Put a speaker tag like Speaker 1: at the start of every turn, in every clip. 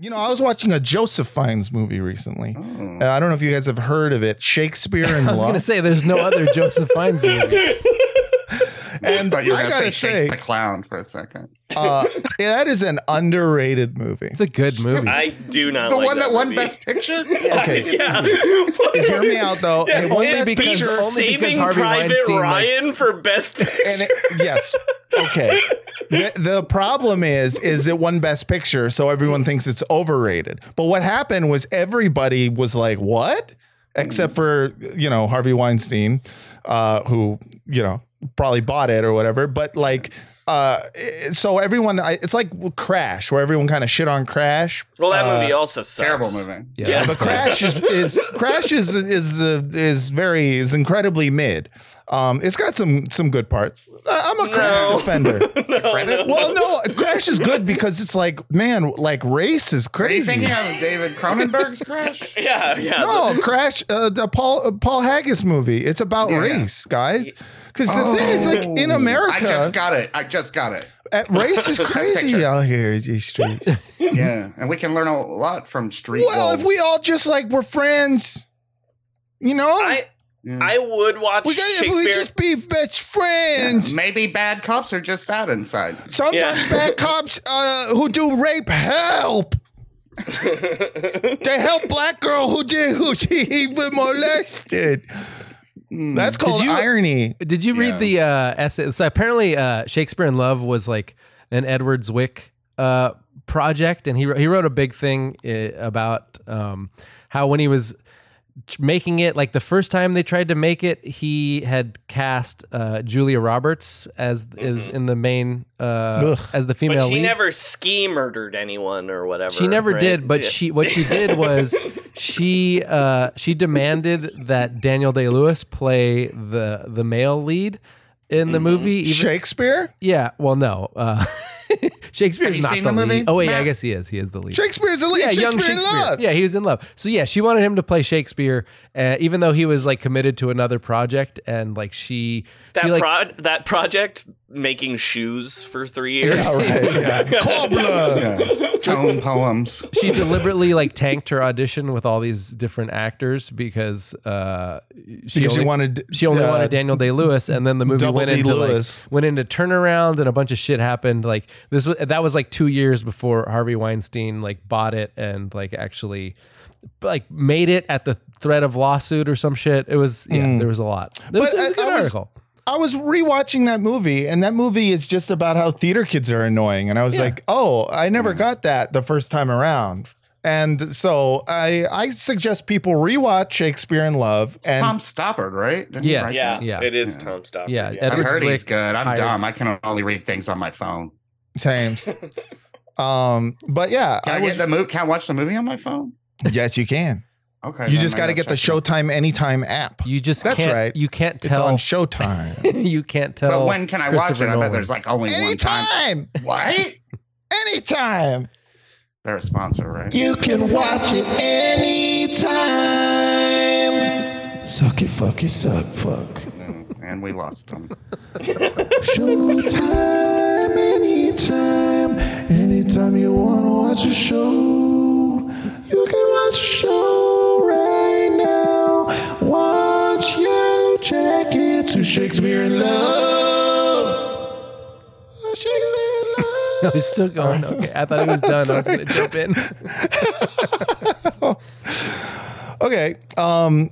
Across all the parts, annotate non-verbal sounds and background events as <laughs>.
Speaker 1: You know, I was watching a Joseph Fiennes movie recently.
Speaker 2: Oh.
Speaker 1: Uh, I don't know if you guys have heard of it, Shakespeare in
Speaker 3: I was
Speaker 1: Love.
Speaker 3: gonna say there's no other Joseph Fiennes movie.
Speaker 1: and
Speaker 2: but you were
Speaker 1: I
Speaker 2: going to
Speaker 1: gotta
Speaker 2: say,
Speaker 1: say,
Speaker 2: Shakes the Clown for a second.
Speaker 1: uh, that is an underrated movie.
Speaker 3: It's a good movie.
Speaker 4: I do not
Speaker 2: the
Speaker 4: like
Speaker 2: one that, won
Speaker 4: movie.
Speaker 2: Best Picture?
Speaker 1: Okay.
Speaker 4: <laughs> yeah.
Speaker 1: Hear me out though.
Speaker 4: Yeah,
Speaker 1: It won
Speaker 4: it's
Speaker 1: Best
Speaker 4: beat
Speaker 3: because-
Speaker 1: Picture,
Speaker 3: only because
Speaker 4: Saving
Speaker 3: Harvey
Speaker 4: Private
Speaker 3: Weinstein, like-
Speaker 4: Ryan for Best
Speaker 1: and
Speaker 4: Picture.
Speaker 1: it, yes, okay. The, the problem is, is it won Best Picture, so everyone thinks it's overrated. But what happened was everybody was like, "What?"
Speaker 4: Hmm.
Speaker 1: Except for you know Harvey Weinstein, uh, who you know probably bought it or whatever. But like, uh, i- so everyone, I, it's like Crash, where everyone kind of shit on Crash.
Speaker 4: well, that
Speaker 1: Uh,
Speaker 4: movie also sucks.
Speaker 2: Terrible movie.
Speaker 3: yeah,
Speaker 4: Yeah,
Speaker 3: that's
Speaker 1: but
Speaker 3: bad.
Speaker 1: Crash is, is Crash is is uh, is very is incredibly mid. Um, it's got some some good parts. I- I'm a Crash
Speaker 4: <laughs> No.
Speaker 1: defender.
Speaker 2: <laughs> Credit?
Speaker 1: Well, no, Crash is good because it's like, man, like race is
Speaker 2: Are you
Speaker 1: crazy.
Speaker 2: thinking of David <laughs> Cronenberg's Crash?
Speaker 4: Yeah, yeah.
Speaker 1: No, Crash, uh, the Paul uh, Paul Haggis movie. It's about
Speaker 2: Yeah.
Speaker 1: race, guys. Because the thing is, like in
Speaker 2: Oh.
Speaker 1: America,
Speaker 2: I just got it. I just got it.
Speaker 1: uh,
Speaker 2: <laughs>
Speaker 1: race is crazy
Speaker 2: picture.
Speaker 1: out here these
Speaker 2: <laughs>
Speaker 1: streets.
Speaker 2: Yeah, and we can learn a lot from Street
Speaker 1: well,
Speaker 2: Wolves.
Speaker 1: if we all just like were friends, you know,
Speaker 4: I
Speaker 2: Yeah.
Speaker 4: I would watch
Speaker 1: we got if we
Speaker 4: Shakespeare.
Speaker 1: just be best
Speaker 2: Yeah,
Speaker 1: friends.
Speaker 2: Maybe bad cops are just sad inside.
Speaker 1: Sometimes
Speaker 4: Yeah.
Speaker 1: bad cops uh, who do rape help. They help black girl who did who she was molested.
Speaker 2: Mm.
Speaker 1: That's called
Speaker 3: you-
Speaker 1: irony.
Speaker 3: Did you read the uh, essay? So apparently, uh, Shakespeare in Love was like an Edward Zwick uh, project, and he wr- he wrote a big thing uh, about um, how when he was t- making it, like the first time they tried to make it, he had cast uh, Julia Roberts as is in the main uh,
Speaker 1: Ugh.
Speaker 3: as the female
Speaker 4: But she
Speaker 3: lead.
Speaker 4: never ski murdered anyone or whatever.
Speaker 3: She never
Speaker 4: right?
Speaker 3: did, but
Speaker 4: Yeah.
Speaker 3: she what she did
Speaker 4: <laughs>
Speaker 3: was she uh, she demanded that Daniel Day Lewis play the the male lead in
Speaker 4: Mm-hmm.
Speaker 3: the movie. Even,
Speaker 1: Shakespeare?
Speaker 3: yeah, well, no, uh, <laughs> Shakespeare's
Speaker 2: Have you
Speaker 3: not
Speaker 2: seen
Speaker 3: the,
Speaker 2: the movie,
Speaker 3: lead. Oh wait, yeah, I
Speaker 2: Matt?
Speaker 3: guess he is. He is the lead.
Speaker 1: Shakespeare's a lead.
Speaker 3: yeah,
Speaker 1: Shakespeare
Speaker 3: young
Speaker 1: in
Speaker 3: Shakespeare.
Speaker 1: love.
Speaker 3: Yeah, he was in love. So yeah, she wanted him to play Shakespeare, uh, even though he was like committed to another project, and like she
Speaker 4: That
Speaker 3: she, like,
Speaker 4: prod that project making shoes for three years.
Speaker 1: All right,
Speaker 3: <laughs>
Speaker 1: yeah. Cobbler. <laughs>
Speaker 2: Yeah. Tone poems.
Speaker 3: she deliberately like tanked her audition with all these different actors because uh, she
Speaker 1: Because you
Speaker 3: only-
Speaker 1: wanted
Speaker 3: She only
Speaker 1: uh,
Speaker 3: wanted Daniel Day Lewis, and then the movie
Speaker 1: Double
Speaker 3: went
Speaker 1: D.
Speaker 3: into like,
Speaker 1: Lewis.
Speaker 3: went into turnaround, and a bunch of shit happened. Like this was that was like two years before Harvey Weinstein like bought it and like actually like made it at the threat of lawsuit or some shit. It was yeah, there was a lot. It was,
Speaker 1: Hmm. But
Speaker 3: it was a
Speaker 1: I-
Speaker 3: good
Speaker 1: I was-
Speaker 3: article.
Speaker 1: I was rewatching that movie, and that movie is just about how theater kids are annoying. And I was like, oh, I never
Speaker 3: Mm.
Speaker 1: got that the first time around. And so I I suggest people rewatch Shakespeare in Love and
Speaker 2: Tom Stoppard, right? Didn't he
Speaker 3: Yes.
Speaker 2: write
Speaker 4: <laughs> Yeah,
Speaker 2: that?
Speaker 3: Yeah.
Speaker 4: it is
Speaker 2: Yeah.
Speaker 4: Tom Stoppard.
Speaker 3: Yeah,
Speaker 2: I've
Speaker 3: Edward
Speaker 2: heard he's
Speaker 3: Zwick
Speaker 2: good. I'm
Speaker 3: hired-
Speaker 2: dumb. I can only read things on my phone.
Speaker 1: Sames. um, but yeah,
Speaker 2: Can I,
Speaker 1: was-
Speaker 2: get the movie? Can I watch the movie on my phone?
Speaker 1: yes, you can.
Speaker 2: Okay.
Speaker 1: You
Speaker 2: then
Speaker 1: just
Speaker 2: I
Speaker 1: got to get the
Speaker 2: check it.
Speaker 1: Showtime Anytime app.
Speaker 3: You just
Speaker 1: That's
Speaker 3: can't,
Speaker 1: right.
Speaker 3: You can't
Speaker 1: It's on
Speaker 3: tell.
Speaker 1: Showtime.
Speaker 3: <laughs> you can't tell. <laughs>
Speaker 2: But when can I watch it?
Speaker 3: Christopher
Speaker 2: I bet
Speaker 3: Nolan.
Speaker 2: there's like <laughs> only one time.
Speaker 1: anytime,
Speaker 2: What?
Speaker 1: anytime.
Speaker 2: They're a sponsor, right?
Speaker 1: You can watch it anytime.
Speaker 5: Suck it, fuck it, suck, fuck.
Speaker 2: Mm, And we lost them.
Speaker 5: Showtime, anytime, anytime you wanna watch a show, you can watch a show right now. Watch Yellow Jacket to Shakespeare in Love. Shakespeare in Love.
Speaker 3: No, he's still going. Okay, I thought he was done. I was going to jump in.
Speaker 1: <laughs> Okay. Um.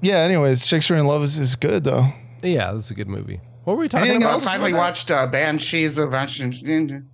Speaker 1: Yeah. Anyways, Shakespeare in Love is, is good though.
Speaker 3: yeah, this is a good movie. What were we talking
Speaker 1: Anything
Speaker 3: about?
Speaker 2: I
Speaker 1: else?
Speaker 2: finally watched uh, Banshees of Inisherin.